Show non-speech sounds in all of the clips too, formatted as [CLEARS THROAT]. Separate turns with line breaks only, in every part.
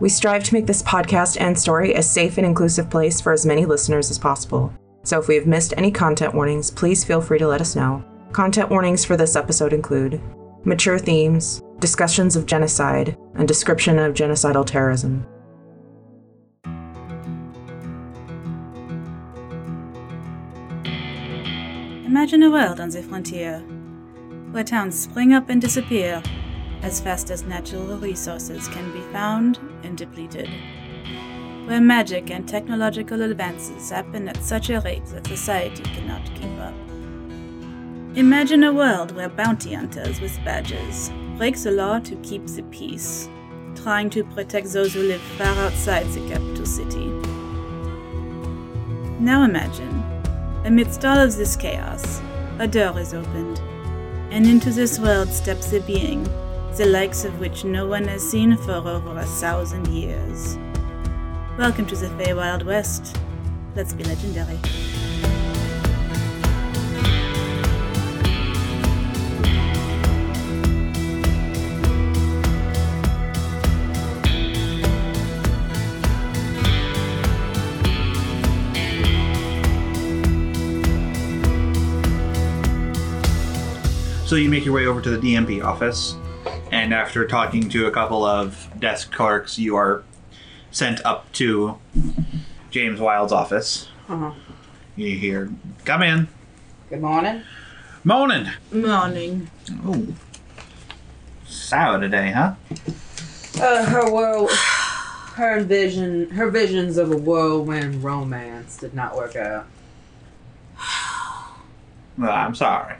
We strive to make this podcast and story a safe and inclusive place for as many listeners as possible. So if we have missed any content warnings, please feel free to let us know. Content warnings for this episode include mature themes, discussions of genocide, and description of genocidal terrorism.
Imagine a world on the frontier, where towns spring up and disappear as fast as natural resources can be found and depleted. Where magic and technological advances happen at such a rate that society cannot keep up. Imagine a world where bounty hunters with badges break the law to keep the peace, trying to protect those who live far outside the capital city. Now imagine, amidst all of this chaos, a door is opened and into this world steps a being, the likes of which no one has seen for over a thousand years. Welcome to the Feywild West. Let's be legendary.
So you make your way over to the DMP office, and after talking to a couple of desk clerks, you are sent up to James Wilde's office.
Uh-huh.
You hear, "Come in,
Good morning.
morning."
Morning.
Ooh, sour today, huh?
Uh, her world, her vision, her visions of a whirlwind romance did not work out.
Well, I'm sorry.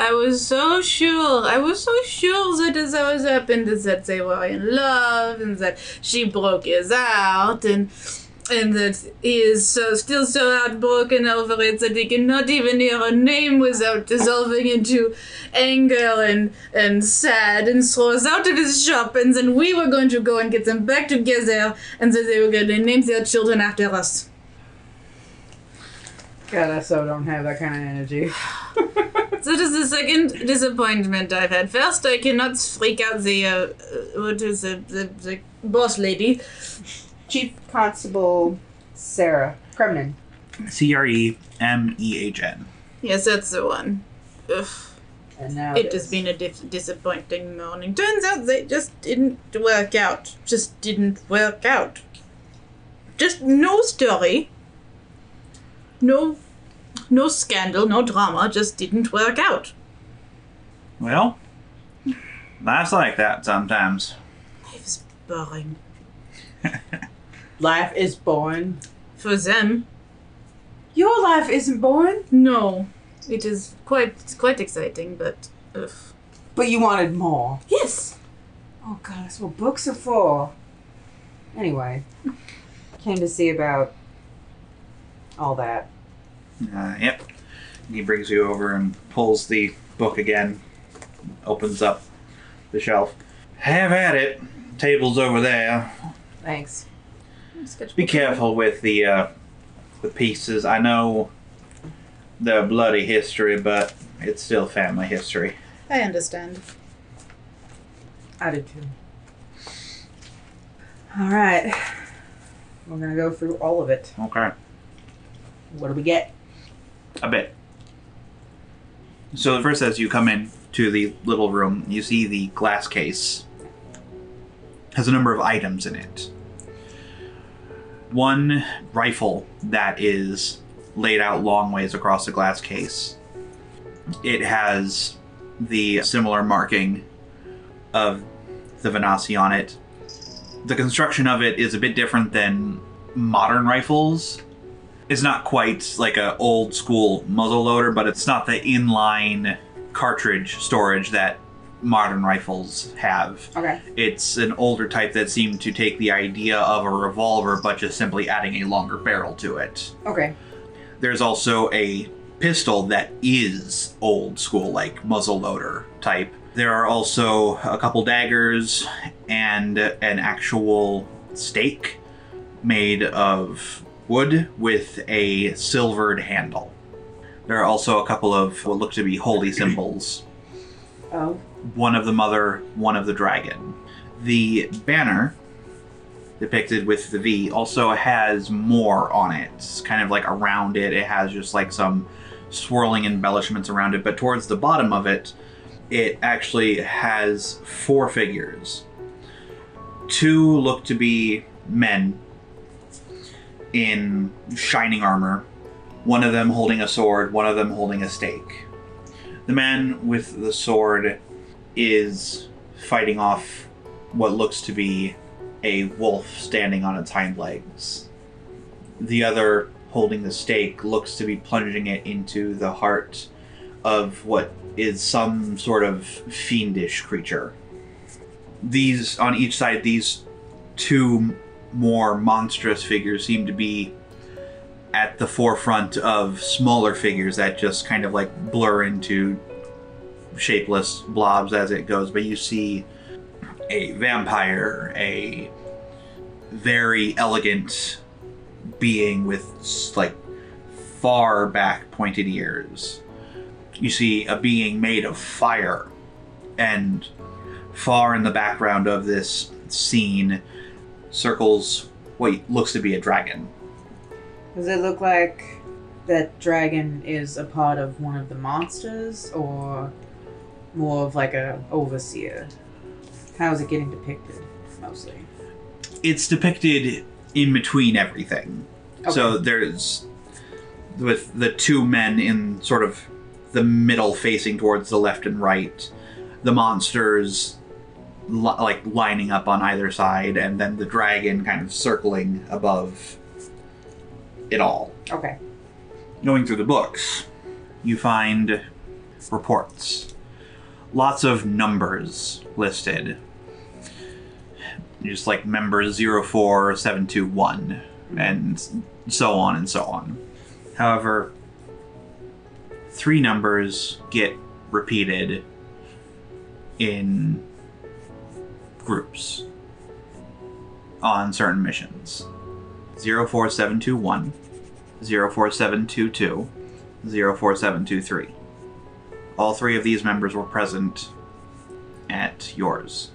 I was so sure. I was so sure that as I was happened is that they were in love and that she broke his heart and and that he is so still so heartbroken over it that he cannot even hear her name without dissolving into anger and and sad and throws out of his shop and then we were going to go and get them back together and that they were going to name their children after us.
God, I so don't have that kind of energy.
So this is the second disappointment I've had. First, I cannot freak out the uh, uh, what is the, the the boss lady.
Chief Constable Sarah Kremlin.
C R E M E H N.
Yes, that's the one. Ugh,
And now
it has been a dif- disappointing morning. Turns out they just didn't work out. Just didn't work out. Just no story. No, no scandal, no drama. Just didn't work out.
Well, life's like that sometimes. [LAUGHS]
It was boring
life is born.
for them.
Your life isn't born,
No, it is quite it's quite exciting, but ugh.
but you wanted more.
yes,
Oh God, that's what books are for. Anyway, came to see about all that.
Uh, yep. And he brings you over and pulls the book again, opens up the shelf. Have at it. Table's over there.
Thanks.
Be careful with the uh, the pieces. I know the bloody history, but it's still family history.
I understand.
I did too. All right. We're going to go through all of it.
Okay,
What do we get?
a bit. So first, as you come in to the little room, you see the glass case has a number of items in it. One rifle that is laid out long ways across the glass case. It has the similar marking of the Venasi on it. The construction of it is a bit different than modern rifles. It's not quite like a old school muzzle loader, but it's not the inline cartridge storage that modern rifles have.
Okay.
It's an older type that seemed to take the idea of a revolver but just simply adding a longer barrel to it.
Okay.
There's also a pistol that is old school, like muzzleloader type. There are also a couple daggers and an actual stake made of wood with a silvered handle. There are also a couple of what look to be holy symbols
Oh.
one of the mother, one of the dragon. The banner depicted with the V also has more on it. It's kind of like around it. It has just like some swirling embellishments around it. But towards the bottom of it, it actually has four figures. Two look to be men in shining armor, one of them holding a sword, one of them holding a stake. The man with the sword is fighting off what looks to be a wolf standing on its hind legs. The other, holding the stake, looks to be plunging it into the heart of what is some sort of fiendish creature. These, on each side, these two more monstrous figures seem to be at the forefront of smaller figures that just kind of like blur into shapeless blobs as it goes. But you see a vampire, a very elegant being with like far back pointed ears. You see a being made of fire, and far in the background of this scene circles what looks to be a dragon.
Does it look like that dragon is a part of one of the monsters, or more of like a overseer? How is it getting depicted, mostly?
It's depicted in between everything. So there's with the two men in sort of the middle facing towards the left and right, the monsters li- like lining up on either side and then the dragon kind of circling above it all.
Okay.
Going through the books, you find reports. Lots of numbers listed. Just like member 04721 and so on and so on. However, three numbers get repeated in groups on certain missions 04721, 04722, 04723. All three of these members were present at yours.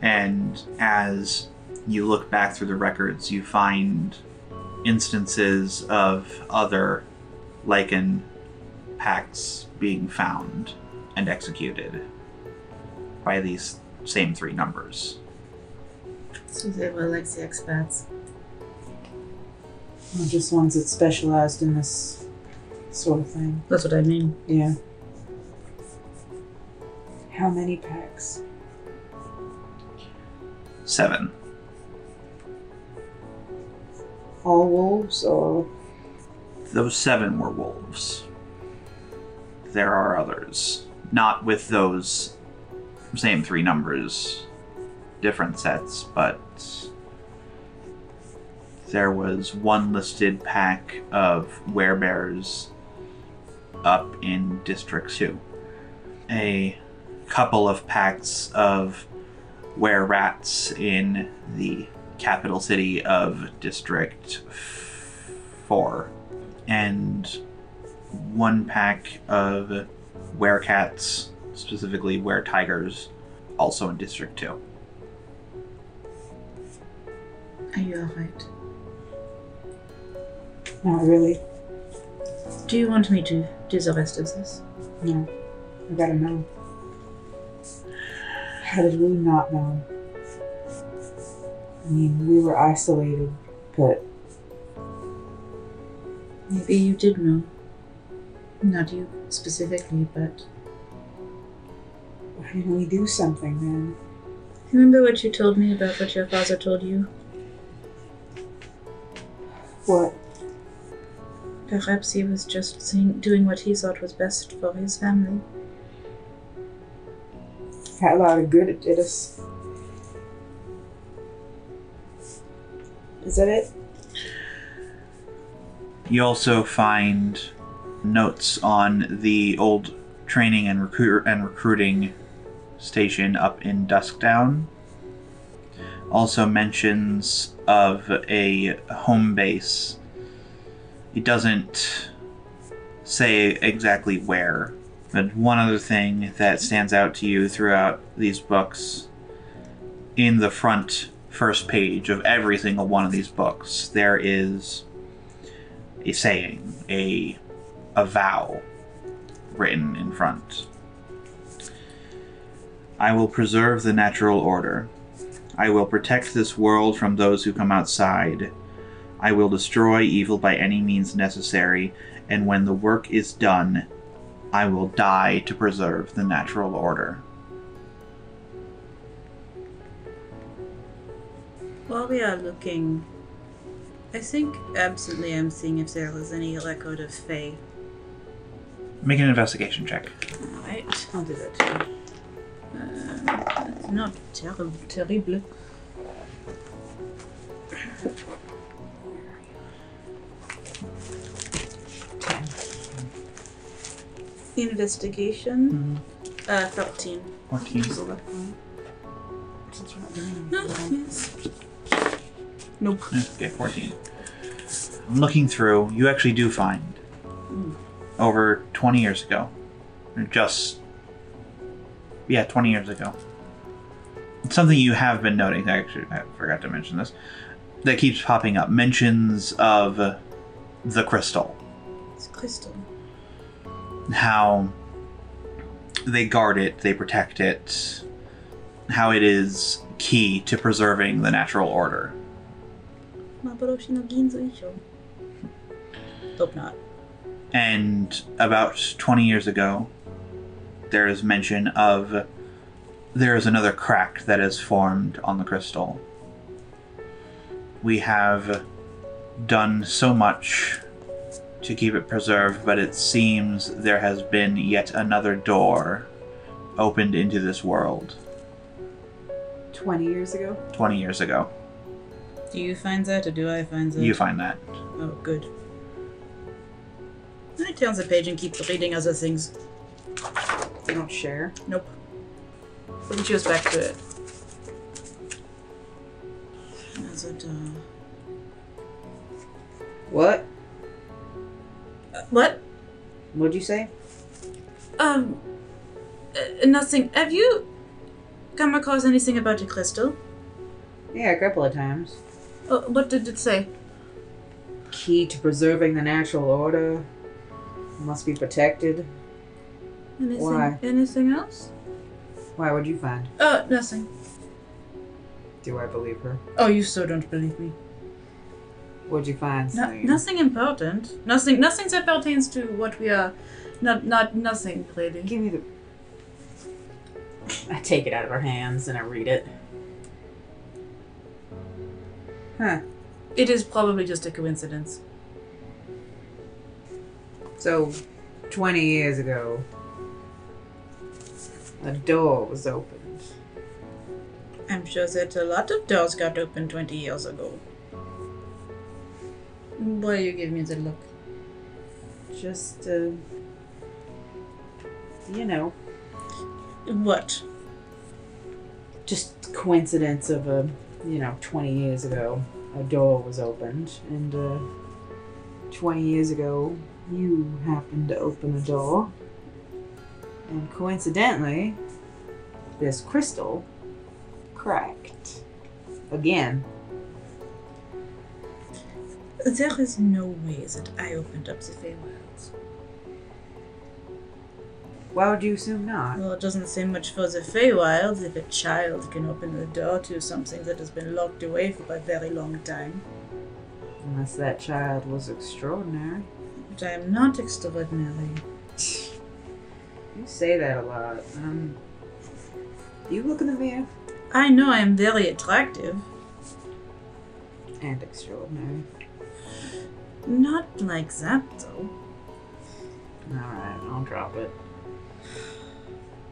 And as you look back through the records, you find instances of other Lycan pacts being found and executed by these same three numbers.
So they were like the experts.
Well, just ones that specialized in this sort of thing.
That's what I mean.
Yeah. How many packs?
Seven.
All wolves, or
Those seven were wolves. There are others. Not with those same three numbers, different sets, but there was one listed pack of werebears up in District 2. A couple of packs of were rats in the capital city of District 4 and one pack of werecats, specifically were tigers, also in District 2.
Are you alright?
not really?
Do you want me to do the rest of this?
No. I gotta know. How did we not know? I mean, we were isolated, but
Maybe you did know. Not you specifically, but.
why didn't we do something then?
Remember what you told me about what your father told you?
What?
Perhaps he was just seeing, doing what he thought was best for his family.
Had a lot of good it did us. Is that it?
You also find notes on the old training and recruit and recruiting station up in Duskdown. Also mentions of a home base. It doesn't say exactly where. But one other thing that stands out to you throughout these books in the front first page of every single one of these books, there is a saying, a a vow written in front. I will preserve the natural order. I will protect this world from those who come outside. I will destroy evil by any means necessary, and when the work is done, I will die to preserve the natural order.
While we are looking, I think absently I'm seeing if there was any record of Faye.
Make an investigation check.
Alright.
I'll do that too.
That's Uh, not terrible. Terrible. Investigation. Uh, 13.
14.
yes.
Okay, 14. I'm looking through. You actually do find over 20 years ago. Or Just. Yeah, 20 years ago. Something you have been noting, I actually I forgot to mention this, that keeps popping up mentions of the crystal.
It's crystal.
how they guard it, they protect it, how it is key to preserving the natural order.
Maboroshi no Ginzo Isho. Hope not.
And about 20 years ago, there is mention of there is another crack that is formed on the crystal. We have done so much to keep it preserved, but it seems there has been yet another door opened into this world
20 years ago?
20 years ago.
Do you find that or do I find that?
You find that.
Oh, good. I turn the page and keep reading other things.
They don't share.
Nope.
Then she goes back to it.
Another door.
What?
What?
What'd you say?
Um, uh, nothing. Have you?
Come across anything about a crystal?
Yeah, a couple of times.
Uh, what did it say?
Key to preserving the natural order. Must be protected.
Anything?
Why?
Anything else?
Why would you find?
Uh, nothing.
Do I believe her?
Oh, you so don't believe me.
What'd you find?
No,
Celine?
nothing important. Nothing. Nothing that pertains to what we are. Not. Not nothing really.
Give me the. I take it out of her hands and I read it. Huh.
It is probably just a coincidence.
So, 20 years ago, a door was opened.
I'm sure that a lot of doors got opened 20 years ago. Why you give me the look?
Just, uh. You know,
What?
just coincidence of a, you know, 20 years ago, a door was opened. And, uh. 20 years ago, you happened to open a door. And coincidentally, this crystal cracked. Again.
There is no way that I opened up the Feywilds.
Why would you assume not?
Well, it doesn't seem much for the Feywilds if a child can open the door to something that has been locked away for a very long time.
Unless that child was extraordinary.
But I am not extraordinary.
You say that a lot. Um, you look in the mirror.
I know I am very attractive.
And extraordinary.
Not like that, though.
Alright, I'll drop it.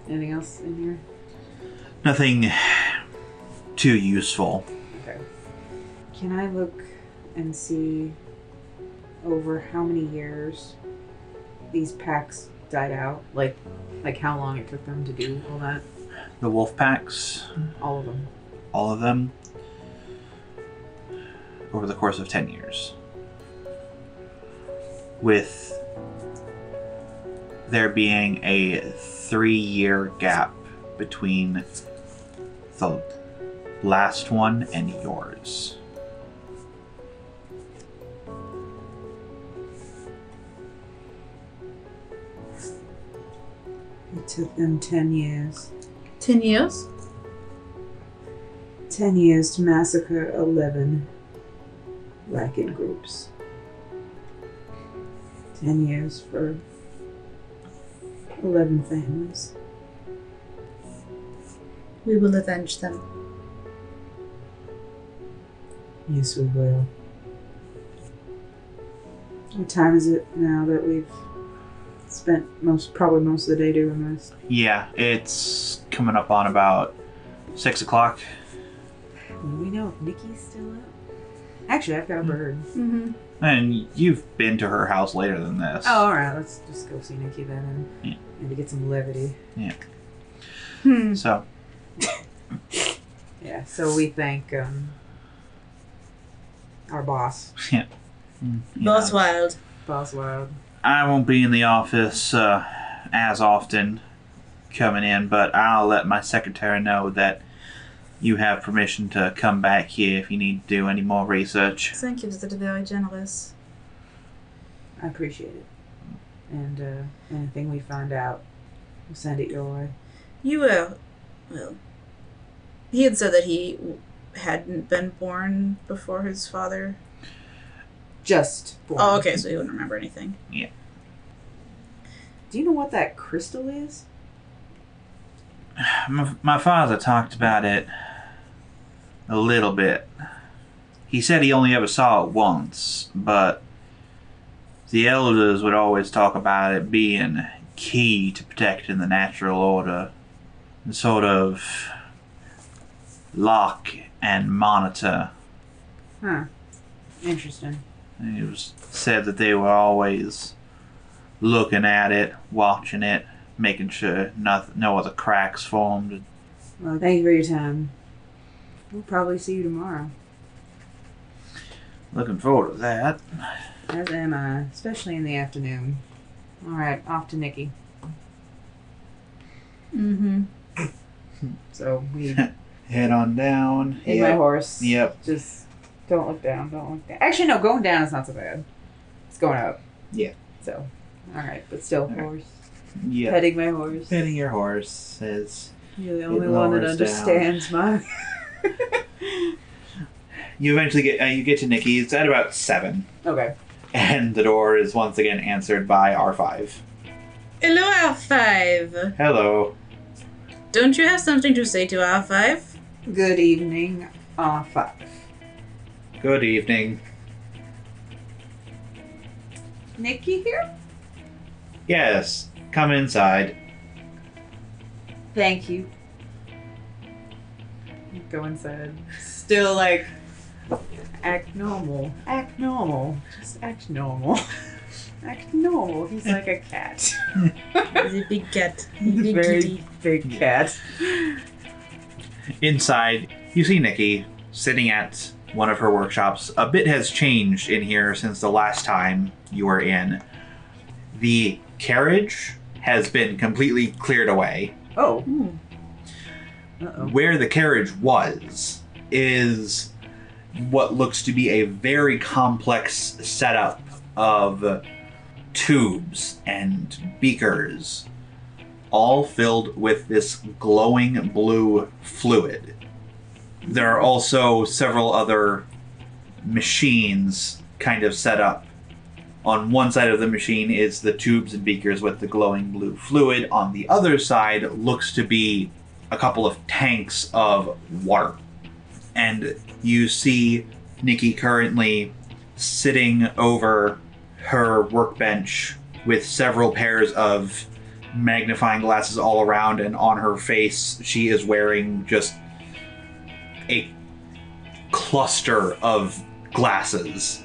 Anything else in here?
Nothing too useful.
Okay. Can I look and see over how many years these packs died out? Like, like how long it took them to do all that?
The wolf packs,
All of them.
all of them, over the course of 10 years. With there being a three year gap between the last one and yours.
It took them 10 years.
Ten years?
10 years to massacre 11 Lycan groups. 10 years for 11 families.
We will avenge them.
Yes, we will. What time is it now that we've spent most, probably most of the day doing this?
Yeah, it's coming up on about six o'clock.
Do we know if Nikki's still up? Actually, I've got a bird.
Mm-hmm.
And you've been to her house later than this.
Oh, all right. Let's just go see Nikki then, and
Yeah.
maybe get some levity.
Hmm.
So,
Yeah. So we thank um, our boss,
yeah. Mm, you
Boss
know,
Wild.
Boss Wild.
I won't be in the office uh, as often coming in, but I'll let my secretary know that you have permission to come back here if you need to do any more research.
Thank you, that is very generous.
I appreciate it. And uh, anything we find out, we'll send it your way.
You were. Well. He had said that he w- hadn't been born before his father.
Just. For
Oh, okay, so he wouldn't remember anything.
Do you know what that crystal is?
My, my father talked about it a little bit. He said he only ever saw it once, but the elders would always talk about it being key to protecting the natural order, and sort of lock and monitor.
Huh. Interesting.
And it was said that they were always looking at it, watching it, making sure noth no other cracks formed.
Well, thank you for your time. We'll probably see you tomorrow.
Looking forward to that.
As am I, especially in the afternoon. All right, off to Nikki.
Mm-hmm.
So we
Head on down.
in my horse.
Yep.
Just don't look down. Don't look down. Actually, no. Going down is not so bad. It's going up.
Yeah.
So, all right, but still,
right.
horse.
Yep.
Petting my horse.
Petting your horse is.
You're the
It
only one that
lowers down.
understands my.
You eventually get uh, you get to Nikki. It's at about seven,
[LAUGHS] okay.
and the door is once again answered by R five.
Hello, R5.
Hello.
Don't you have something to say to R5?
Good evening, Ah, R five.
Good evening.
Nikki here.
Yes. Come inside.
Thank you. Go inside. Still like. Act normal. Act normal. Just act normal. [LAUGHS] Act normal. He's like a cat. [LAUGHS]
The big [LAUGHS] cat. Big
Very
kitty.
big cat.
Inside, you see Nikki sitting at one of her workshops. A bit has changed in here since the last time you were in. The carriage has been completely cleared away.
Oh. Uh-oh.
where the carriage was is what looks to be a very complex setup of tubes and beakers all filled with this glowing blue fluid there are also several other machines kind of set up on one side of the machine is the tubes and beakers with the glowing blue fluid on the other side looks to be a couple of tanks of water. And you see Nikki currently sitting over her workbench with several pairs of magnifying glasses all around, and on her face, she is wearing just a cluster of glasses.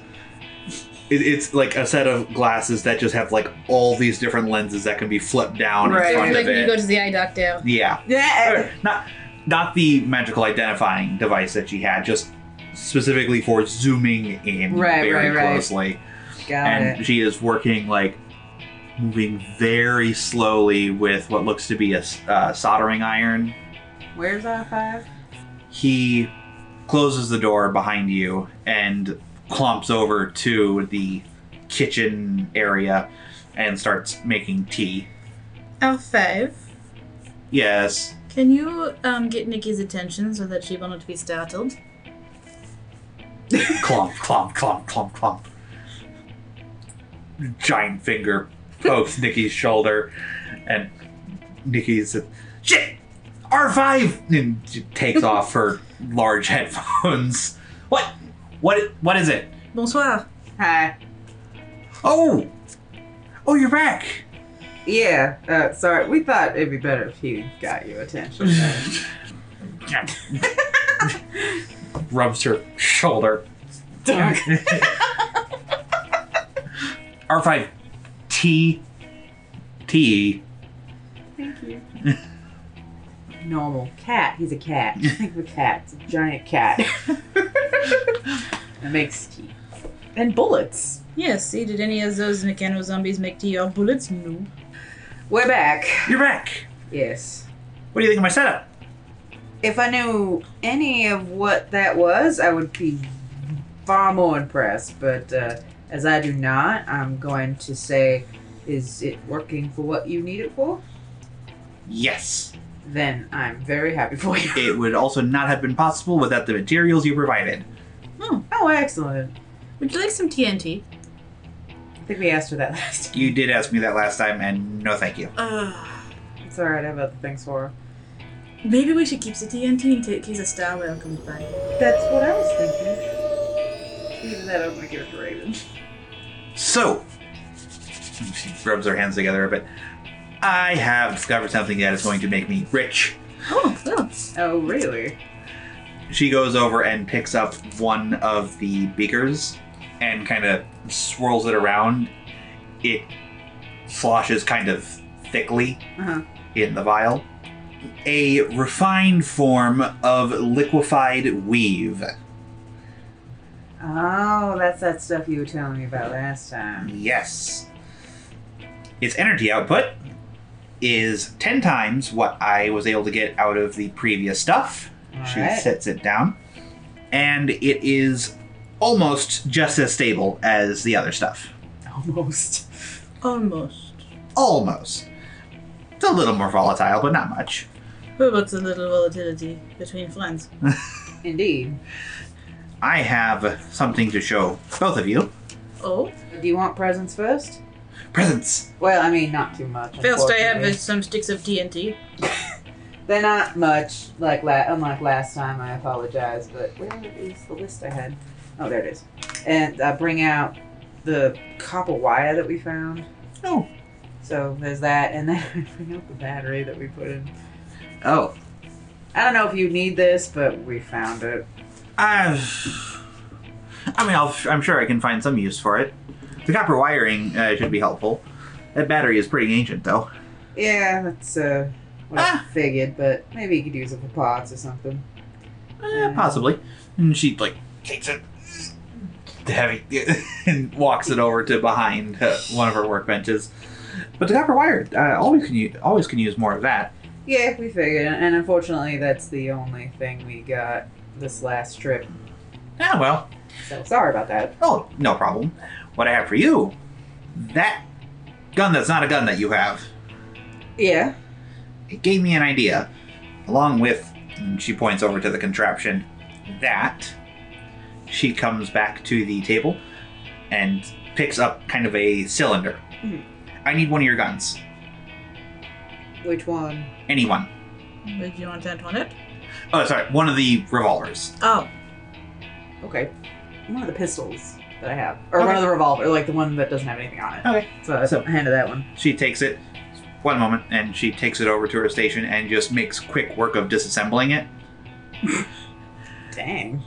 It- It's like a set of glasses that just have like all these different lenses that can be flipped down
Right.
in front
It's like
of
when
it.
you go to the eye doctor.
yeah.
Yeah.
Or, not not the magical identifying device that she had, just specifically for zooming in
Right,
very
right, right.
closely.
Got
and
it.
she is working like moving very slowly with what looks to be a s- uh, soldering iron.
Where's R five?
He closes the door behind you and clomps over to the kitchen area and starts making tea.
L5.
Yes,
Oh, Can you um, get Nikki's attention so that she will not be startled?
clomp, clomp, clomp, clomp, clomp. Giant finger pokes Nikki's shoulder, and Nikki's shit. R five and she takes off her large [LAUGHS] headphones. What? What? What is it?
Bonsoir.
Hi.
Oh, oh, you're back. [LAUGHS]
Yeah, uh, sorry. We thought it'd be better if he got your attention. [LAUGHS]
Rubs her shoulder.
Dark.
R five T T.
Thank you. Normal cat. He's a cat. Think of a cat. It's a giant cat. it makes tea. And bullets.
Yes, see, did any of those mechano zombies make TR bullets? No.
We're back.
You're back.
Yes.
What do you think of my setup?
If I knew any of what that was, I would be far more impressed. But uh, as I do not, I'm going to say, is it working for what you need it for?
Yes.
Then I'm very happy for you.
It would also not have been possible without the materials you provided.
Oh, excellent.
Would you like some TNT?
I think we asked for that [LAUGHS] last time.
You did ask me that last time, and no thank you.
Uh,
It's alright, I have other things for her.
maybe we should keep the TNT in ca- case a star whale comes by.
That's what I was thinking. Even that, I'm gonna give it to Raven.
So, she rubs her hands together a bit. I have discovered something that is going to make me rich.
Oh, well.
Oh, really?
She goes over and picks up one of the beakers and kind of swirls it around. It sloshes kind of thickly
Uh-huh.
in the vial. A refined form of liquefied weave.
Oh, that's that stuff you were telling me about last time. [LAUGHS]
Yes. Its energy output is 10 times what I was able to get out of the previous stuff. she
Alright.
sets it down. And it is almost just as stable as the other stuff.
Almost.
Almost.
Almost. It's a little more volatile, but not much.
Who wants a little volatility between friends?
Indeed.
I have something to show both of you.
Oh?
Do you want presents first?
Presents.
Well, I mean, not too much.
First, I have
unfortunately.
is some sticks of TNT.
They're not much, like la- unlike last time. I apologize, but where is the list I had? Oh, there it is. And I bring out the copper wire that we found.
Oh.
So there's that, and then [LAUGHS] I bring out the battery that we put in.
Oh.
I don't know if you need this, but we found it.
i I mean, I'll, I'm sure I can find some use for it. The copper wiring uh, should be helpful. That battery is pretty ancient, though.
Yeah, that's uh, what
Ah.
I figured, but maybe you could use it for pots or something.
Eh, possibly. And she like takes it, the heavy, [LAUGHS] and walks it over to behind uh, one of her workbenches. But the copper wire uh, always can use, always can use more of that.
Yeah, we figured, and unfortunately, that's the only thing we got this last trip.
Ah, well,
So sorry about that.
oh no problem. What I have for you, that gun that's not a gun that you have.
Yeah.
It gave me an idea, along with. And she points over to the contraption. That. She comes back to the table, and picks up kind of a cylinder.
Mhm.
I need one of your guns.
Which one?
Anyone.
Would you want that on it?
Oh, sorry, one of the revolvers.
Oh.
Okay. One of the pistols that I have, or one of the revolver, like the one that doesn't have anything on it.
Okay.
So I
So-
handed that one.
She takes it, one moment, and she takes it over to her station and just makes quick work of disassembling it
Dang.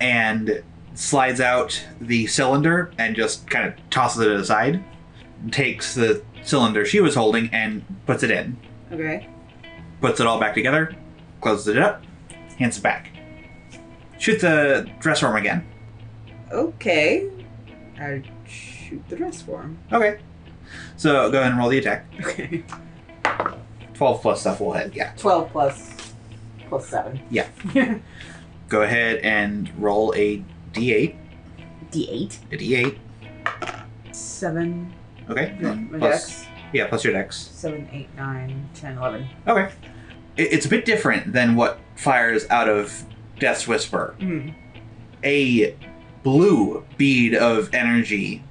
and slides out the cylinder and just kind of tosses it aside. Takes the cylinder she was holding and puts it in.
Okay.
Puts it all back together, closes it up, hands it back. Shoot the dress arm again.
Okay. I shoot the dress for him.
Okay. So go ahead and roll the attack.
Okay.
12 plus stuff will hit, yeah.
Twelve plus Plus seven.
Yeah.
D8.
Go ahead and roll a d8.
D8.
A d8.
Seven.
Okay.
No,
and
my
plus-
dex.
yeah, plus your dex.
Seven, eight, nine, ten, eleven.
Okay. It, it's a bit different than what fires out of Death's Whisper.
Mm.
a blue bead of energy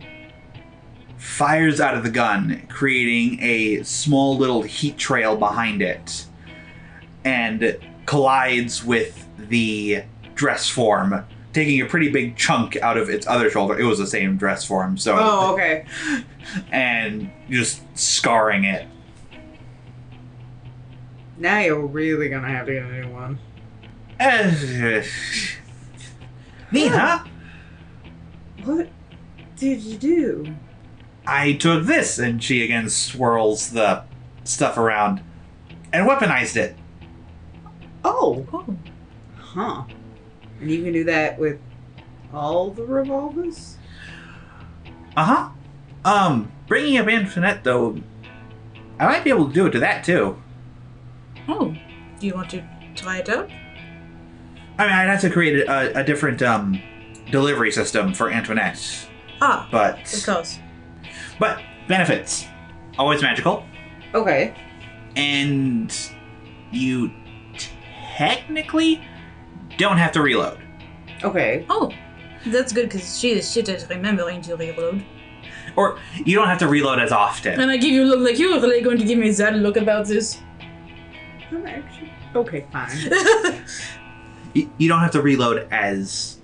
fires out of the gun, creating a small little heat trail behind it, and collides with the dress form, taking a pretty big chunk out of its other shoulder. It was the same dress form, so
Oh, okay.
and just scarring it. [SIGHS]
Now you're really gonna have to get a new one.
Eh, Nina,
What did you do?
I took this, and she again swirls the stuff around and weaponized it.
Oh. Huh. And you can do that with all the revolvers?
Uh huh. Um, bringing up Antoinette though, I might be able to do it to that too.
Oh, do you want to try it out?
I mean, I'd have to create a, a different um delivery system for Antoinette,
Ah, of
but
course.
but benefits always magical,
Okay.
and you technically don't have to reload.
Okay.
Oh, that's good because she is shit at remembering to reload.
Or you don't have to reload as often.
And I give you a look like you're really going to give me that look about this.
I'm actually- Okay, fine.
You, you don't have to reload as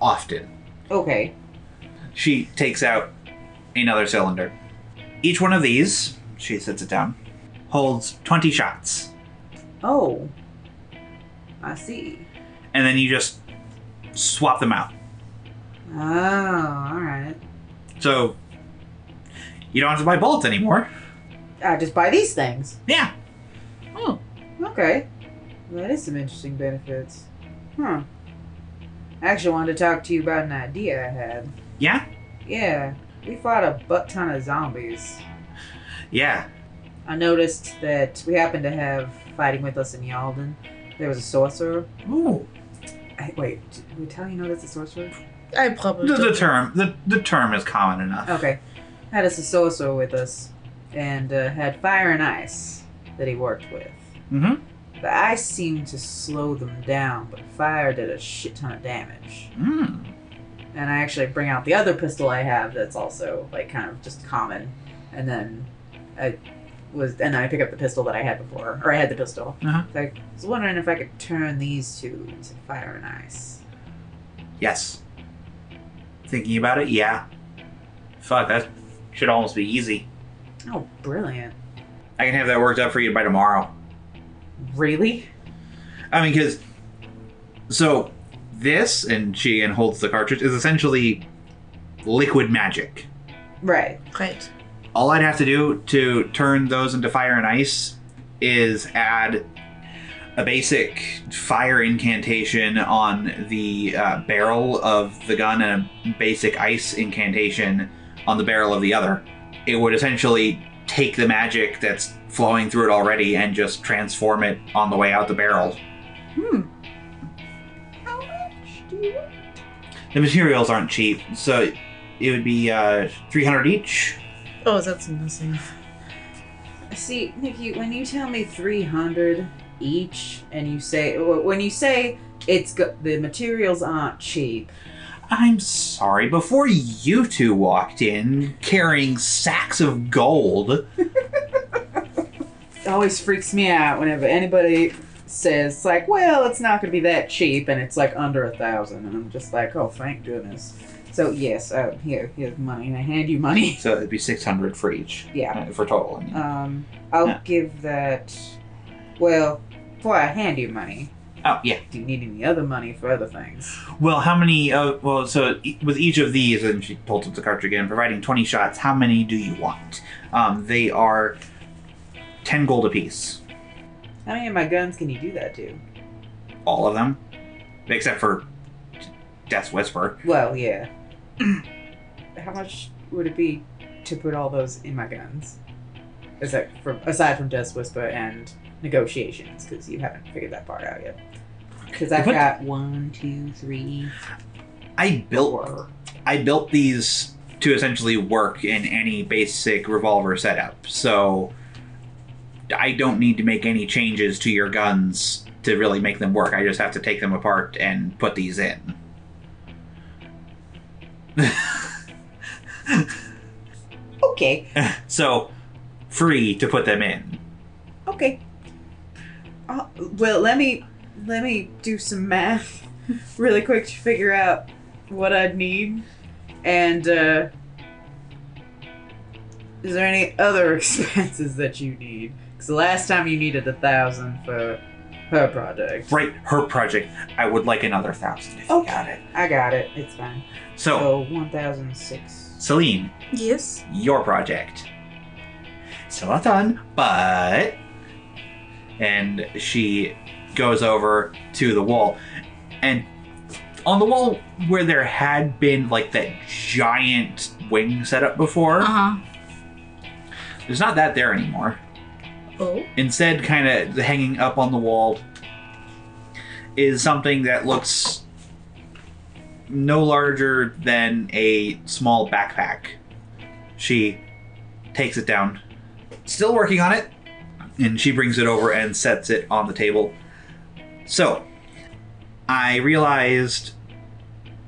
often.
Okay.
She takes out another cylinder. Each one of these, she sets it down, holds 20 shots.
Oh. I see.
And then you just swap them out.
Oh, alright.
So you don't have to buy bullets anymore.
I just buy these things.
Yeah. Oh.
Okay. Well, that is some interesting benefits. Huh. I actually wanted to talk to you about an idea I had.
Yeah?
Yeah, we fought a butt ton of zombies.
Yeah.
I noticed that we happened to have fighting with us in Yalden. There was a sorcerer.
Ooh.
I, wait, did we tell you know that's a sorcerer?
I probably
The, the
don't.
term the, the term is common enough.
Okay. Had us a sorcerer with us and uh, had fire and ice that he worked with.
Mm-hmm.
The ice seemed to slow them down, but fire did a shit ton of damage.
Mm.
and I actually bring out the other pistol I have that's also like kind of just common, and then I was and then I pick up the pistol that I had before, or I had the pistol.
Uh-huh.
So I was wondering if I could turn these two into fire and ice.
Yes. Thinking about it, yeah. Fuck, that should almost be easy.
Oh, brilliant!
I can have that worked up for you by tomorrow.
Really?
I mean, because so this and she and holds the cartridge is essentially liquid magic.
Right.
Right.
All I'd have to do to turn those into fire and ice is add a basic fire incantation on the uh, barrel of the gun and a basic ice incantation on the barrel of the other. It would essentially take the magic that's flowing through it already and just transform it on the way out the barrel.
Hmm.
The materials aren't cheap, so it would be uh, 300 each.
Oh, that's nothing.
See, Nikki, when you tell me three hundred each, and you say wh- when you say it's go- the materials aren't cheap.
I'm sorry, before you two walked in carrying sacks of gold,
It always freaks me out whenever anybody says like, "Well, it's not going to be that cheap," and it's like under a thousand, and I'm just like, "Oh, thank goodness." So yes, uh, here, here's money, and I hand you money. [LAUGHS]
so it'd be 600 for each.
yeah,
uh, For total. I mean.
um, I'll
Yeah.
give that. Well, before I hand you money,
oh, yeah.
do you need any other money for other things?
Well, how many? Uh, well, so e- with each of these, and she pulls up the cartridge again, providing 20 shots, how many do you want? Um, they are 10 gold apiece.
How many of my guns can you do that to?
All of them, except for Death's Whisper.
Well, yeah. [CLEARS THROAT] How much would it be to put all those in my guns? Is that from aside from Death's Whisper and negotiations because you haven't figured that part out yet. Because I've
What-
got one, two, three,
I built
four.
I built these to essentially work in any basic revolver setup. So I don't need to make any changes to your guns to really make them work. I just have to take them apart and put these in.
Okay,
So free to put them in.
okay. Uh, well, let me let me do some math [LAUGHS] really quick to figure out what I'd need. And uh, is there any other [LAUGHS] expenses that you need? Because the last time you needed a thousand for her project.
Right, her project. I would like another thousand if you got it.
I got it. It's fine.
So,
So one thousand six.
Celine,
Yes.
your project. Still not done, but. And she goes over to the wall. And on the wall where there had been like that giant wing setup before,
Uh huh.
there's not that there anymore.
Oh.
Instead, kind of hanging up on the wall is something that looks no larger than a small backpack. She takes it down, still working on it, and she brings it over and sets it on the table. So, I realized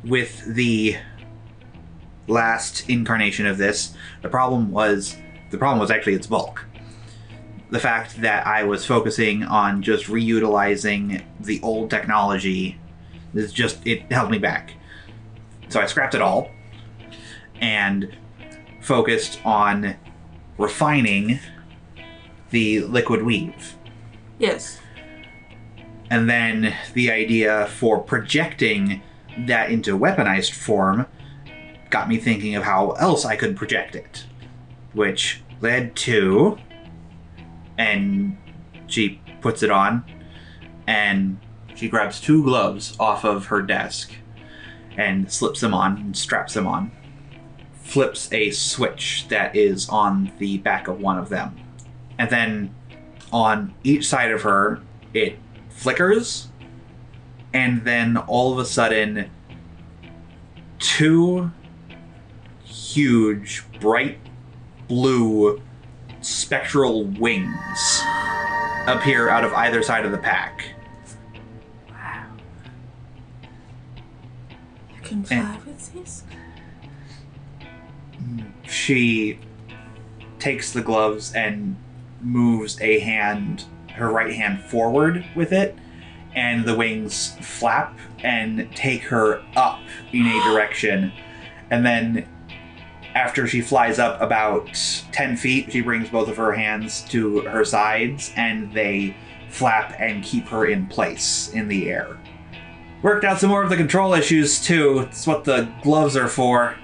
with the last incarnation of this, the problem was the problem was actually its bulk the fact that I was focusing on just reutilizing the old technology is just it held me back. So I scrapped it all and focused on refining the liquid weave.
Yes.
And then the idea for projecting that into weaponized form got me thinking of how else I could project it, which led to. And she puts it on, and she grabs two gloves off of her desk and slips them on and straps them on. Flips a switch that is on the back of one of them. And then on each side of her, it flickers, and then all of a sudden, two huge, bright blue spectral wings appear out of either side of the pack.
You can fly
And-
with this.
She takes the gloves and moves a hand, her right hand forward with it, and the wings flap and take her up in a direction. And then, after she flies up about 10 feet, she brings both of her hands to her sides and they flap and keep her in place in the air. Worked out some more of the control issues too. It's what the gloves are for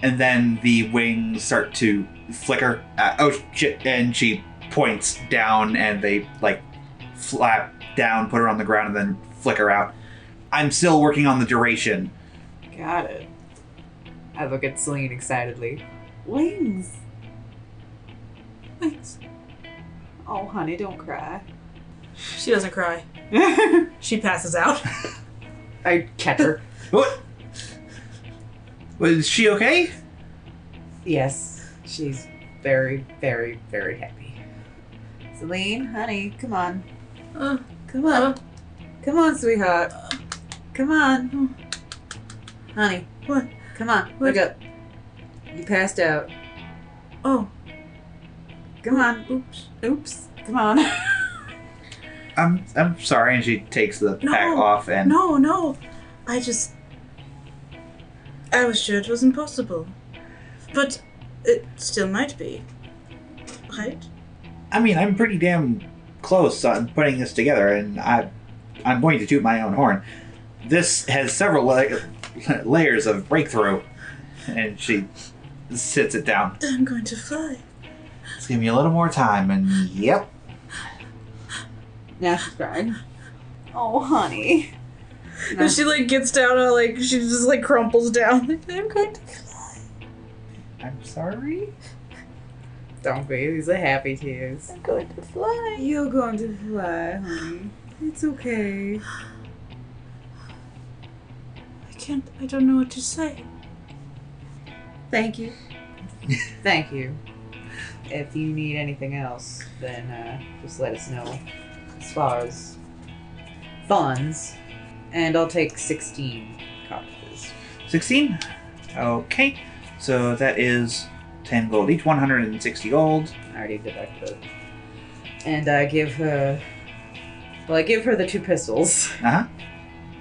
and then the wings start to flicker. Uh, oh shit! And she points down, and they like flap down, put her on the ground, and then flicker out. I'm still working on the duration.
Got it. I look at Celine excitedly. Wings.
Thanks.
Oh, honey, don't cry. [LAUGHS]
She doesn't cry.
I
She passes
[LAUGHS]
out.
catch her.
What? Was she okay?
Yes, she's very, very, very happy. Celine, honey, come on.
Uh,
Come on.
Uh.
Come on, sweetheart. Come on. Honey,
What?
come on.
What?
Wake up. You passed out.
oh,
Come on.
oops.
Oops. Come on.
I'm I'm sorry. And she takes the
No,
pack off and
No, no. I just. I was sure it was impossible. But it still might be. Right?
I mean, I'm pretty damn close on putting this together, and I, I'm going to toot my own horn. This has several la- [LAUGHS] layers of breakthrough, and she sits it down.
I'm going to fly.
Just give me a little more time, and yep,
[LAUGHS] now she's crying. Oh, honey. No.
And she like gets down and like she just
[LAUGHS]
like crumples down. Like I'm going to fly.
I'm sorry.
Don't be. These are happy tears. I'm going to fly. You're going to fly, honey. It's okay.
I can't. I don't know what to say.
Thank you. [LAUGHS] Thank you. If you need anything else, then uh, just let us know. As far as funds, and I'll take 16 copies.
16? Okay. So that is 10 gold each, 160 gold.
I already deducted it. And I give her. Well, I give her the two pistols [LAUGHS]
Uh huh.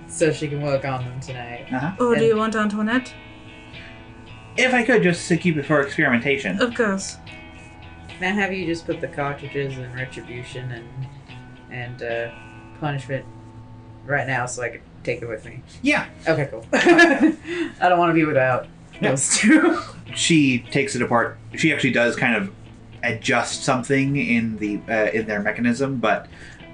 so she can work on them tonight.
Uh huh.
Oh, do
And-
you want Antoinette?
If I could, just to keep it for experimentation.
Of course.
Now, have you just put the cartridges and retribution and and uh, punishment right now so I could take it with me?
Yeah.
Okay, [LAUGHS] cool. I don't want to be without
Yeah.
those two. [LAUGHS]
She takes it apart. She actually does kind of adjust something in the uh, in their mechanism, but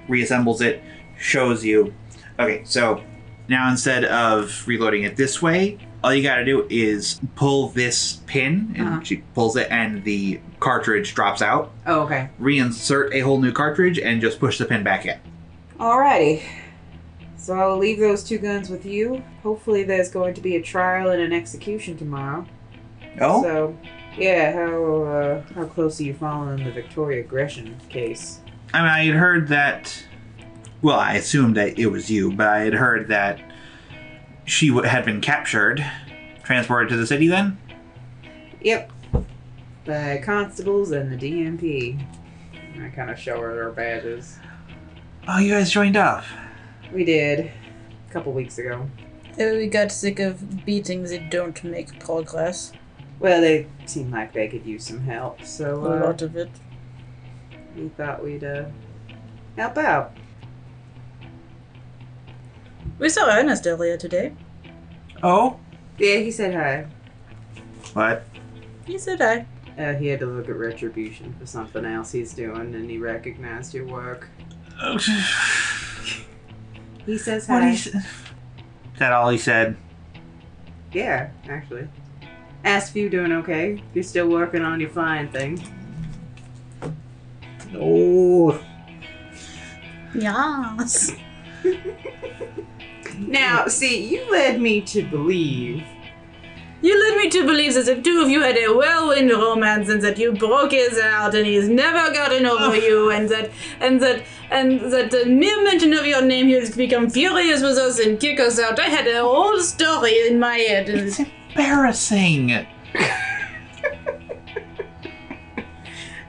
reassembles it. Shows you. Okay, so now instead of reloading it this way, all you got to do is pull this pin, and
Uh-huh.
she pulls it, and the cartridge drops out.
oh, okay.
reinsert a whole new cartridge and just push the pin back in.
Alrighty. So I'll leave those two guns with you. Hopefully, there's going to be a trial and an execution tomorrow.
Oh.
So, yeah, how uh, how close are you following the Victoria Aggression case?
I mean, I had heard that. Well, I assumed that it was you, but I had heard that she w- had been captured, transported to the city. Then
Yep. The constables and the DMP. I kind of show her their badges.
oh, you guys joined up.
We did a couple weeks ago.
Then Uh, we got sick of beatings that don't make progress.
Well, they seemed like they could use some help, so
a
uh,
lot of it.
we thought we'd uh, help out.
We saw Ernest earlier today.
Oh,
Yeah, he said hi.
what?
He said I.
Uh, he had to look at retribution for something else he's doing, and he recognized your work.
what
He says hi.
he s- Is that all he said?
Yeah, actually. Asked if you doing okay. You're still working on your flying thing.
Oh,
Yes.
Now, see, you led me to believe.
You led me to believe that the two of you had a whirlwind romance and that you broke his heart and he's never gotten over
Ah.
you and that and that and that the mere mention of your name he'll become furious with us and kick us out. I had a whole story in my head.
it's
[LAUGHS]
embarrassing.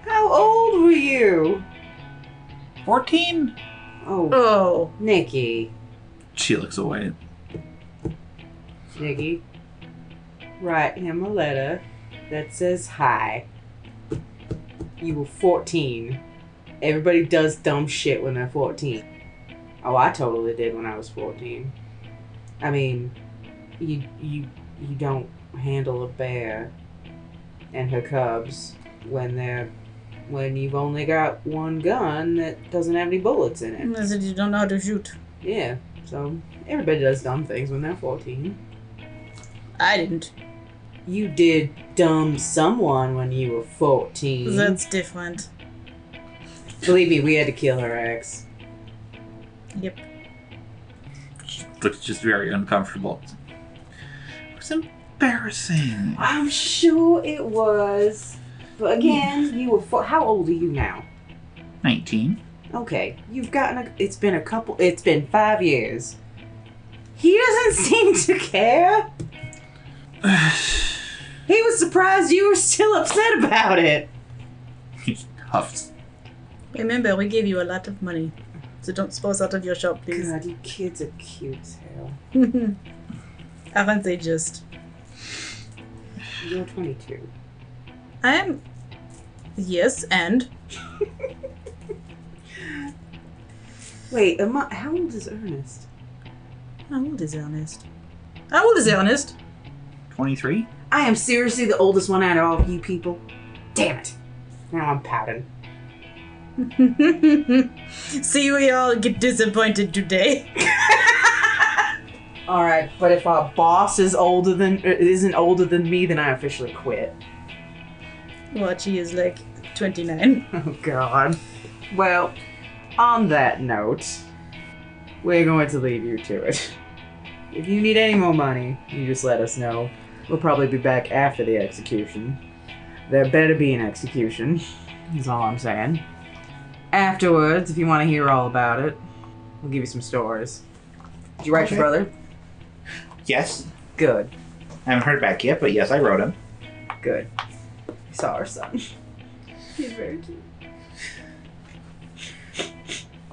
How old were you?
Fourteen.
Oh,
Oh.
Nikki.
She looks away.
Nikki. Write him a letter that says hi. You were 14. Everybody does dumb shit when they're 14. Oh, I totally did when I was 14. I mean, you you you don't handle a bear and her cubs when they're when you've only got one gun that doesn't have any bullets in it.
He said you don't know how to shoot.
Yeah. So everybody does dumb things when they're 14.
I didn't.
You did dumb someone when you were 14.
That's different.
Believe me, we had to kill her ex.
Yep.
She looks just very uncomfortable. It's embarrassing.
I'm sure it was. But again, you were. Fo- How old are you now?
19.
Okay, you've gotten a. It's been a couple. It's been five years. He doesn't [LAUGHS] seem to care. [SIGHS] he was surprised you were still upset about it.
He huffs.
Remember, we gave you a lot of money. So don't spouse out of your shop, please.
God, you kids are cute as hell.
Aren't they just?
You're 22.
I am. Yes, and
Wait, am I, how old is Ernest?
how old is Ernest? How old is Ernest? [LAUGHS]
23?
I am seriously the oldest one out of all of you people. Damn it. Now I'm pouting.
See, we all get disappointed today. [LAUGHS]
All right, but if our boss is older uh, than er, isn't older than me, then I officially quit.
Watch, he is like,
29.
Oh God. Well, on that note, we're going to leave you to it. If you need any more money, you just let us know. We'll probably be back after the execution. There better be an execution. Is all I'm saying. Afterwards, if you want to hear all about it, we'll give you some stories. Did you write your brother?
Yes.
Good.
I haven't heard back yet, but yes, I wrote him.
Good. We saw our son.
He's very cute.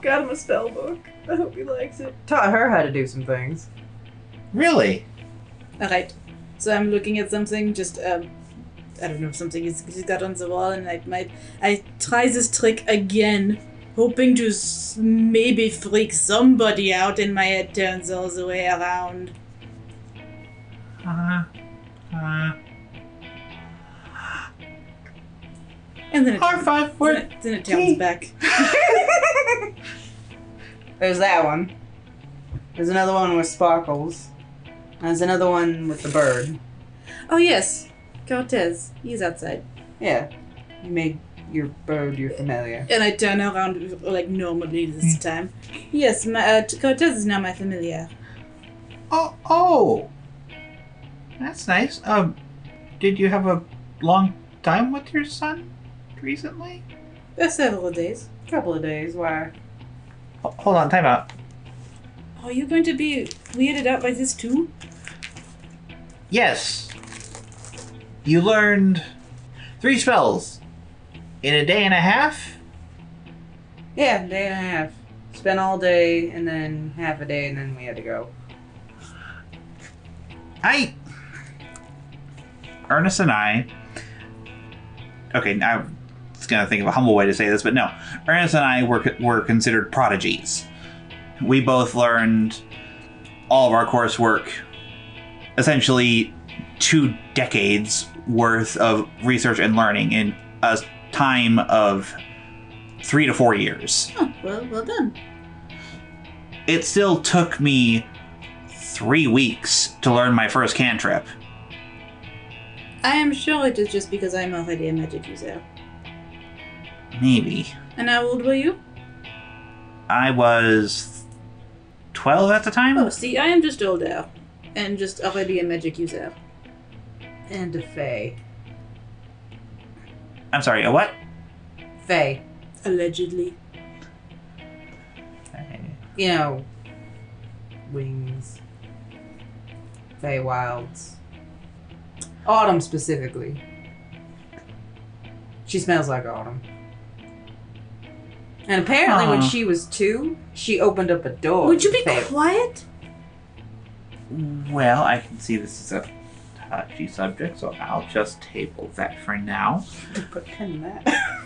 Got him a spell book. I hope he likes it.
Taught her how to do some things.
Really?
Alright. So I'm looking at something, just um I don't know, something is is got on the wall and I might I try this trick again, hoping to s- maybe freak somebody out and my head turns all the way around.
Uh, uh,
And then it,
high five for
then
it.
it, then it turns back.
There's that one. There's another one with sparkles. There's another one with the bird.
Oh yes. Cortez, he's outside.
Yeah. You made your bird your familiar.
And I turn around like normally this time. Yes, my, uh, Cortez is now my familiar.
Oh, oh, that's nice. Um, did you have a long time with your son recently?
For several days.
Couple of days, why?
Ho- Hold on, time out.
Are you going to be weirded out by this too?
Yes, you learned three spells in a day and a half.
Yeah, day and a half. Spent all day and then half a day and then we had to go.
I, Ernest and I. Okay, I was gonna think of a humble way to say this, but no. Ernest and I were were considered prodigies. We both learned all of our coursework, essentially two decades worth of research and learning in a time of three to four years
Oh, well, well done.
it still took me three weeks to learn my first cantrip.
I am sure it is just because I'm already a magic user.
Maybe.
And how old were you?
I was 12 at the time?
Oh, see, I am just older. And just already a magic user.
And to Faye.
I'm sorry, a what?
Faye.
Allegedly.
You know, wings. Faye Wilds. Autumn specifically. She smells like autumn. And apparently, when
Aw.
she was two, she opened up a door.
Would you
to
be
Faye
quiet?
Well, I can see this is a touchy subject, so I'll just table that for now.
Pretend that.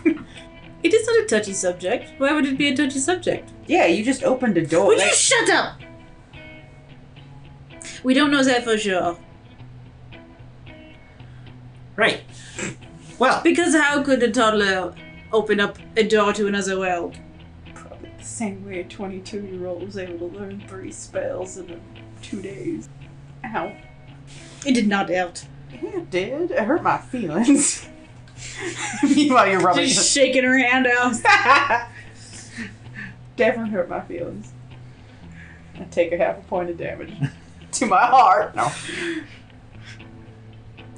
It is not a touchy subject. Why would it be a touchy subject?
Yeah, you just opened a door.
Would
That-
you shut up? We don't know that for sure.
Right. Well,
Because how could a toddler open up a door to another world?
Probably the same way a 22 year old was able to learn three spells in uh, two days. Ow.
It did not help.
Yeah, it did. It hurt
[LAUGHS]
my feelings. Meanwhile, you're rubbing
Just shaking her hand out.
[LAUGHS] Definitely hurt my feelings. I take a half a point of damage. [LAUGHS]
to my heart. No.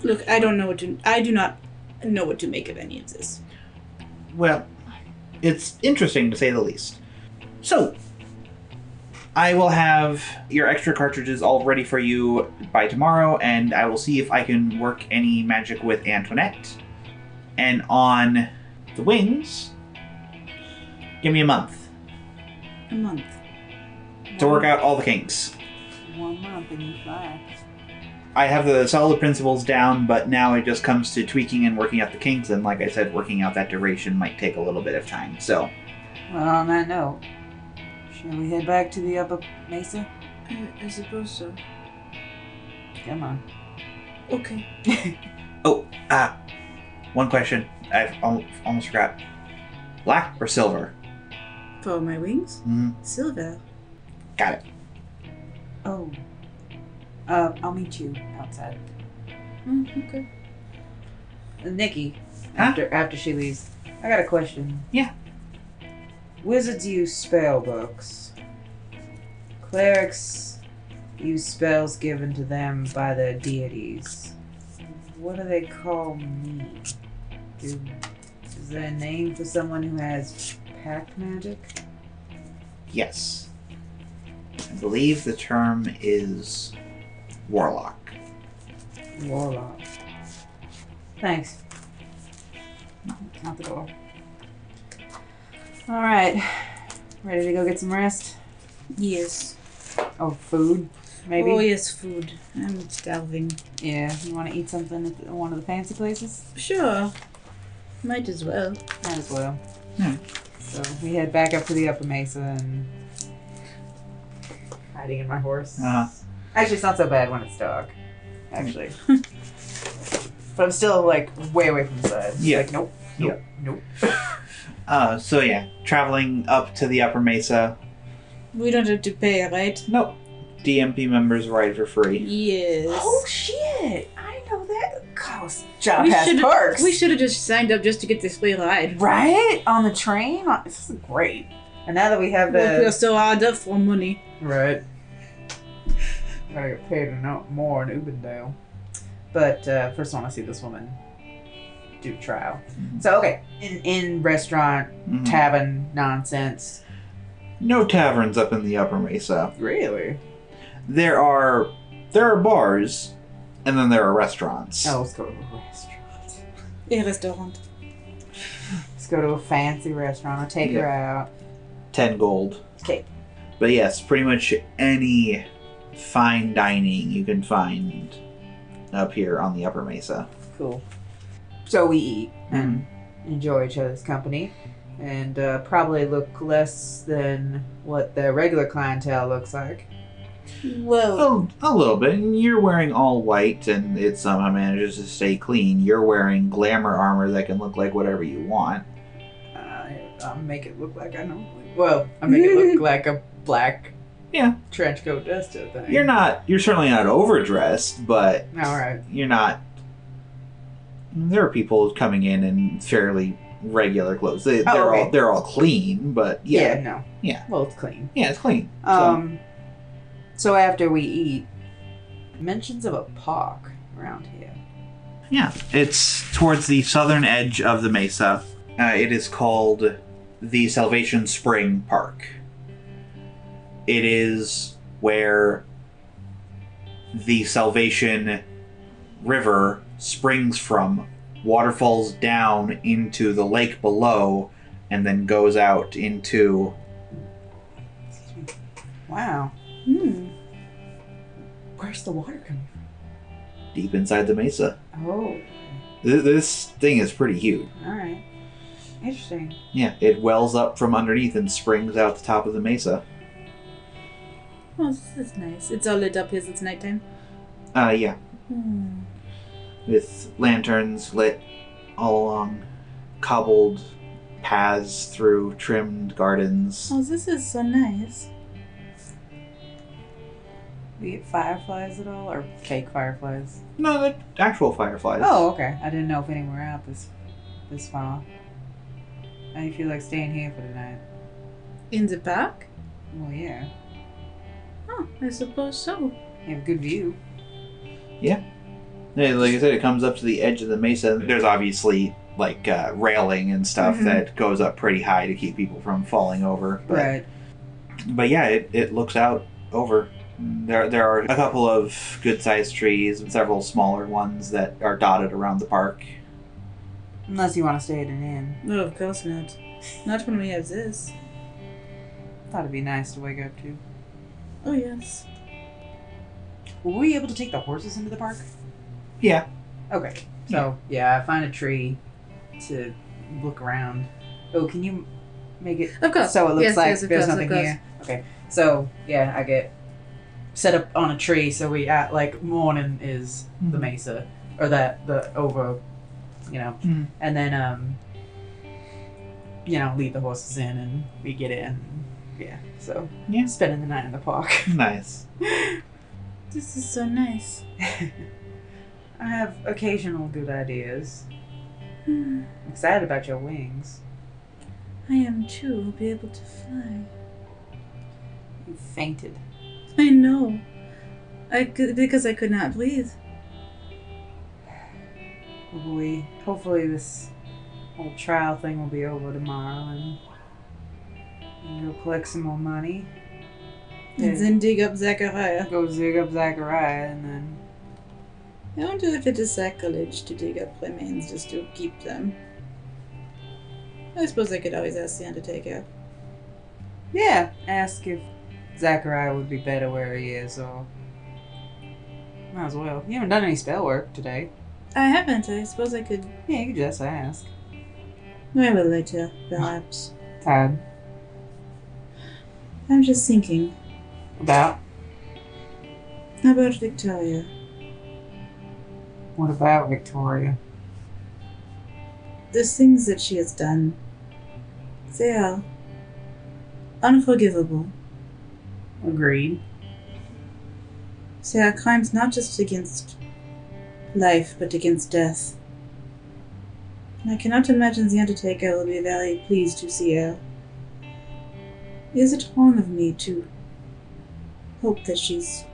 Look, I don't know what to. I do not know what to make of any of this.
well, it's interesting to say the least. So, I will have your extra cartridges all ready for you by tomorrow, and I will see if I can work any magic with Antoinette. And on the wings, give me a month
A month.
to work out all the kinks.
One month and you fly.
I have the solid principles down, but now it just comes to tweaking and working out the kinks, and like I said, working out that duration might take a little bit of time. So,
Well, on that note, shall we head back to the upper mesa?
I, I suppose so.
Come on.
Okay.
oh, ah, one question I've al- almost forgot black or silver?
For my wings?
Mm,
Silver.
got it.
Oh. Uh, I'll meet you outside.
Mm, okay.
Nikki.
Huh?
After after she leaves. I got a question.
Yeah.
Wizards use spell books. Clerics use spells given to them by their deities. What do they call me? Do, is there a name for someone who has pack magic?
Yes. I believe the term is warlock.
Warlock. Thanks. Out the door. All right. Ready to go get some rest?
Yes.
Oh, food, maybe.
Oh, yes, food. I'm starving.
Yeah, you want to eat something at the- one of the fancy places?
Sure. Might as well.
Might as well.
Yeah.
So we head back up to the Upper Mesa and hiding in my horse.
Uh-huh.
Actually, it's not so bad when it's dark. Actually,
Hmm.
[LAUGHS] but I'm still like way away from the side. It's
Yeah.
Like nope. Nope. Nope.
Uh, so yeah, traveling up to the Upper Mesa.
We don't have to pay, right?
Nope. DMP members ride for free.
Yes.
Oh shit! I know that. Gosh, job
We
has
should've-
perks.
We should have just signed up just to get this free ride.
right on the train. This is great. And now that we have
But we are
the
so hard up for money.
Right. Gotta get paid enough more in Ubendale. But uh, first, I want to see this woman do trial.
Mhm.
So okay, in in restaurant
Mhm.
tavern nonsense.
no taverns up in the Upper Mesa.
Really?
There are there are bars, and then there are restaurants.
Oh, let's go to a restaurant.
A restaurant.
Let's go to a fancy restaurant. I'll take her out.
Ten gold.
'Kay.
But yes, pretty much any fine dining you can find up here on the Upper Mesa.
Cool. So we eat and enjoy each other's company, and uh, probably look less than what the regular clientele looks like.
Well,
A, a little bit. And You're wearing all white, and it somehow manages to stay clean. You're wearing glamour armor that can look like whatever you want.
I, I make it look like I know. Well, I make
[LAUGHS]
it look like a black
Yeah.
trench coat duster thing.
You're not. You're certainly not overdressed, but
all right.
you're not. There are people coming in in fairly regular clothes. They,
Oh,
they're
okay.
all they're all clean, but yeah, yeah,
no.
Yeah.
Well, it's clean.
it's clean. So,
Um. So after we eat, mentions of a park around here.
yeah, it's towards the southern edge of the mesa. Uh, it is called the Salvation Spring Park. It is where the Salvation River springs from, waterfalls down into the lake below, and then goes out into
Wow.
hmm.
Where's the water coming
deep inside the mesa.
from? Oh.
Th- This thing is pretty huge.
All right. Interesting.
Yeah, it wells up from underneath and springs out the top of the mesa.
Oh, this is nice. It's all lit up because it's nighttime.
Uh, yeah,
Hmm.
with lanterns lit all along cobbled paths through trimmed gardens.
Oh, this is so nice.
We get fireflies at all, or fake fireflies?
No, they're actual fireflies.
Oh, okay. I didn't know if any were out this this far. How do you feel like staying here for the night?
In the park?
Well, yeah.
Oh, I suppose so.
You have a good view.
Yeah, like I said, it comes up to the edge of the mesa. There's obviously like uh, railing and stuff
Mhm.
that goes up pretty high to keep people from falling over. But but yeah, it, it looks out over. There, there are a couple of good sized trees and several smaller ones that are dotted around the park.
Unless you want to stay at an inn.
No, of course not. Not when we have this.
Thought it'd be nice to wake up to.
Oh, yes.
Were we able to take the horses into the park?
Yeah.
Okay. So, yeah, find a tree to look around. Oh, can you make it
Of course.
so it looks
Yes,
like
yes, of
there's
course, of
nothing
course.
here? Okay. So, yeah, I get set up on a tree so we at like morning is the
Mm-hmm.
Mhm.
mesa or that the over, you know,
Mm-hmm.
Mhm.
and then um you know, lead the horses in and we get in. Yeah. So,
Yeah.
spending the night in the park.
Nice.
This is
[LAUGHS]
so nice. [SIGHS]
I have occasional good ideas. Excited about your wings.
I am too. Will be able to fly.
You fainted.
I know. I could, because I could not breathe.
Oh boy. Hopefully this whole trial thing will be over tomorrow and and go collect some more money.
And
Yeah.
then dig up Zachariah.
Go zig up Zachariah and then
I wonder if it is sacrilege to dig up remains just to keep them. I suppose I could always ask the Undertaker.
Yeah, ask if Zachariah would be better where he is, or might as well. You haven't done any spell work today.
I haven't. I suppose I could.
Yeah, you could just ask.
I will later, perhaps.
Tired
I'm just thinking
about
about Victoria.
what about Victoria?
The things that she has done, they are unforgivable.
Agreed.
They are crimes not just against life, but against death. And I cannot imagine the Undertaker will be very pleased to see her. Is it wrong of me to hope that she's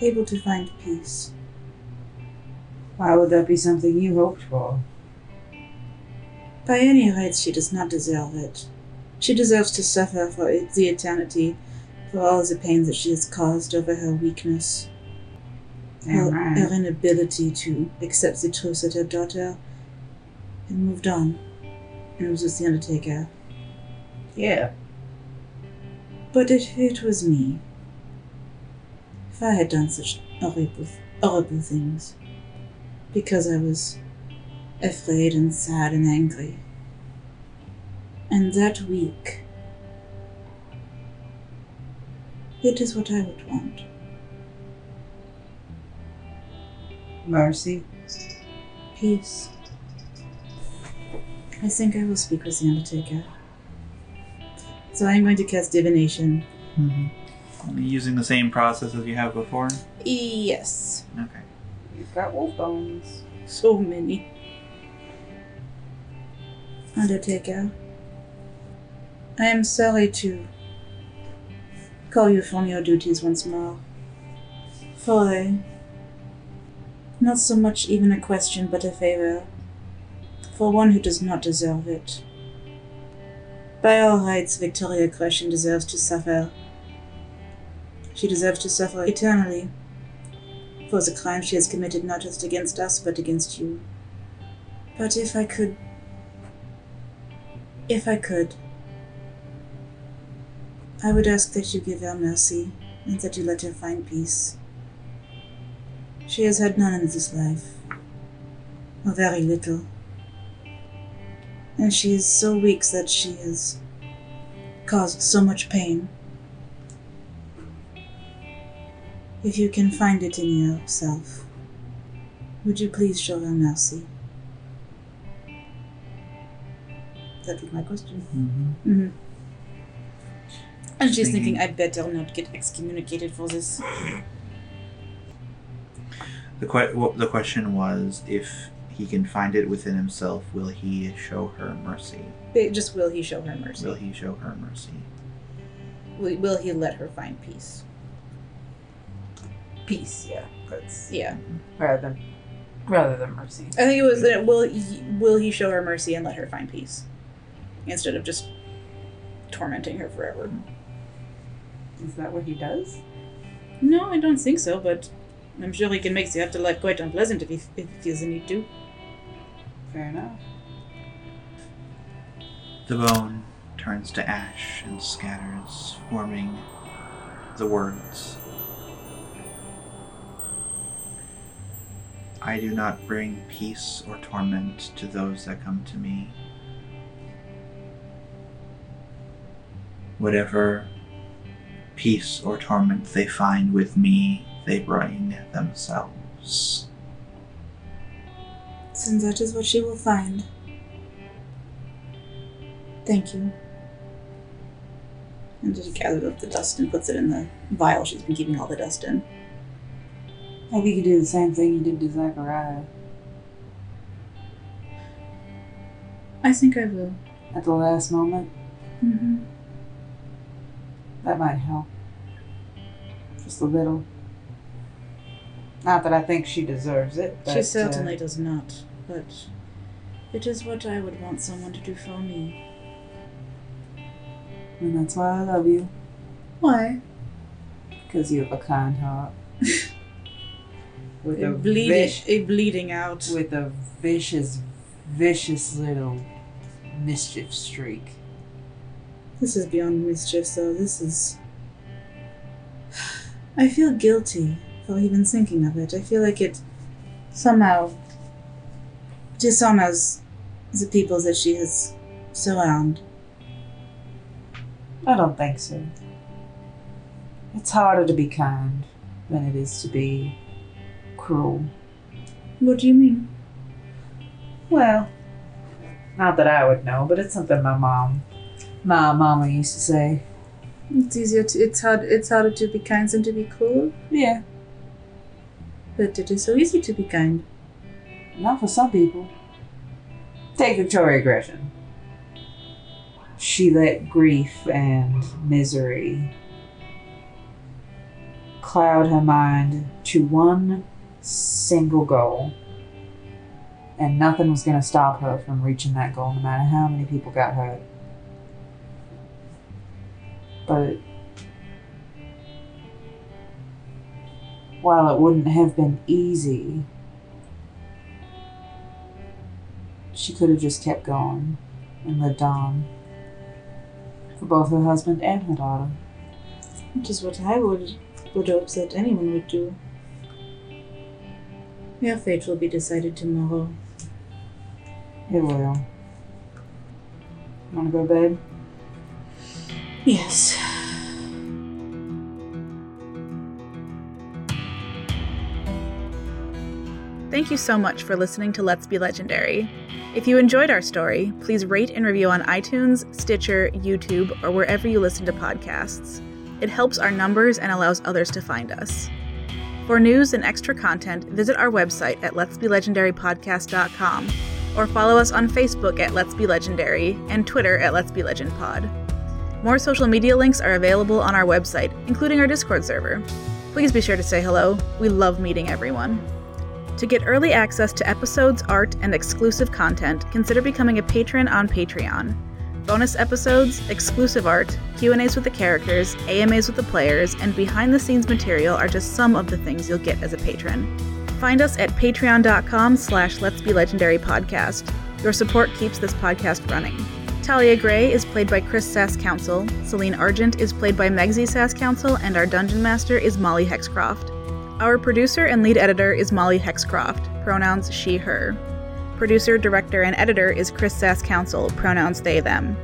able to find peace?
Why would that be something you hoped for?
By any rights, she does not deserve it. She deserves to suffer for it- the eternity for all the pain that she has caused over her weakness. her,
Damn right.
her inability to accept the truth that her daughter had moved on and it was with the Undertaker.
Yeah.
But if it was me, if I had done such horrible, horrible things, because I was afraid and sad and angry, and that weak, it is what I would want.
Mercy.
Peace. I think I will speak with the Undertaker. So I'm going to cast divination.
Using the same process as you have before?
Yes.
Okay.
You've got wolf bones.
So many. Undertaker. I am sorry to call you from your duties once more. For not so much even a question, but a favor. For one who does not deserve it. By all rights, Victoria Crescent deserves to suffer. She deserves to suffer eternally for the crime she has committed not just against us, but against you. But if I could. If I could. I would ask that you give her mercy and that you let her find peace. She has had none in this life, or very little. And she is so weak that she has caused so much pain. If you can find it in yourself, would you please show her mercy? That was my question. Mm-hmm. And she's thinking, I better not get excommunicated for this.
The, que- well, the question was if he can find it within himself, will he show her mercy?
But just will he show her mercy?
Will he show her mercy?
Will, will he let her find peace?
Peace, yeah. That's
Yeah,
rather than rather than mercy.
I think it was that will he, will he show her mercy and let her find peace instead of just tormenting her forever.
Is that what he does?
No, I don't think so, but I'm sure he can make the afterlife quite unpleasant if he, if he feels the need to.
Fair enough.
The bone turns to ash and scatters, forming the words I do not bring peace or torment to those that come to me. Whatever peace or torment they find with me, they bring themselves.
And that is what she will find. Thank you. And she gathered up the dust and puts it in the vial she's been keeping all the dust in.
Maybe you could do the same thing you did to Zachariah.
I think I will.
at the last moment.
Mm-hmm.
That might help. Just a little. Not that I think she deserves it. But,
She
uh,
certainly does not, but it is what I would want someone to do for me.
and that's why I love you,
Why?
because you have a kind
[LAUGHS]
heart. with a
A bleeding,
vish-
a bleeding out.
with a vicious, vicious little mischief streak.
This is beyond mischief, though. This is. I feel guilty for even thinking of it. I feel like it somehow dishonors the people that she has so harmed.
I don't think so. It's harder to be kind than it is to be cruel.
What do you mean?
Well, not that I would know, but it's something my mom, my mama used to say.
It's easier to. It's hard. It's harder to be kind than to be cruel.
Yeah,
But it is so easy to be kind.
not for some people. Take Victoria Gresham. She let grief and misery cloud her mind to one single goal. And nothing was going to stop her from reaching that goal, no matter how many people got hurt. But it, while it wouldn't have been easy, she could have just kept going and lived on for both her husband and her daughter.
Which is what I would would hope that anyone would do. Your fate will be decided tomorrow.
It will. Want to go to bed?
Yes.
Thank you so much for listening to Let's Be Legendary. If you enjoyed our story, please rate and review on iTunes, Stitcher, YouTube, or wherever you listen to podcasts. It helps our numbers and allows others to find us. For news and extra content, visit our website at letsbelegendarypodcast.com or follow us on Facebook at Let's Be Legendary and Twitter at Let's Be Legend Pod. More social media links are available on our website, including our Discord server. Please be sure to say hello. We love meeting everyone. To get early access to episodes, art, and exclusive content, consider becoming a patron on Patreon. Bonus episodes, exclusive art, Q&As with the characters, AMAs with the players, and behind-the-scenes material are just some of the things you'll get as a patron. Find us at patreon.com slash let's be legendary podcast. Your support keeps this podcast running. Talia Gray is played by Chris Sass Council, Celine Argent is played by Megzi Sass Council, and our dungeon master is Molly Hexcroft. Our producer and lead editor is Molly Hexcroft, pronouns she, her. Producer, director, and editor is Chris Sass Council, pronouns they, them.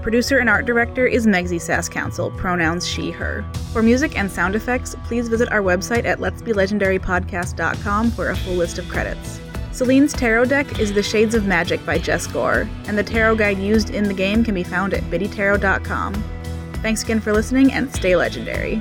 Producer and art director is Megzi Sass Council, pronouns she, her. For music and sound effects, please visit our website at letsbelegendarypodcast.com for a full list of credits. Celine's tarot deck is The Shades of Magic by Jess Gore, and the tarot guide used in the game can be found at biddytarot.com. Thanks again for listening and stay legendary.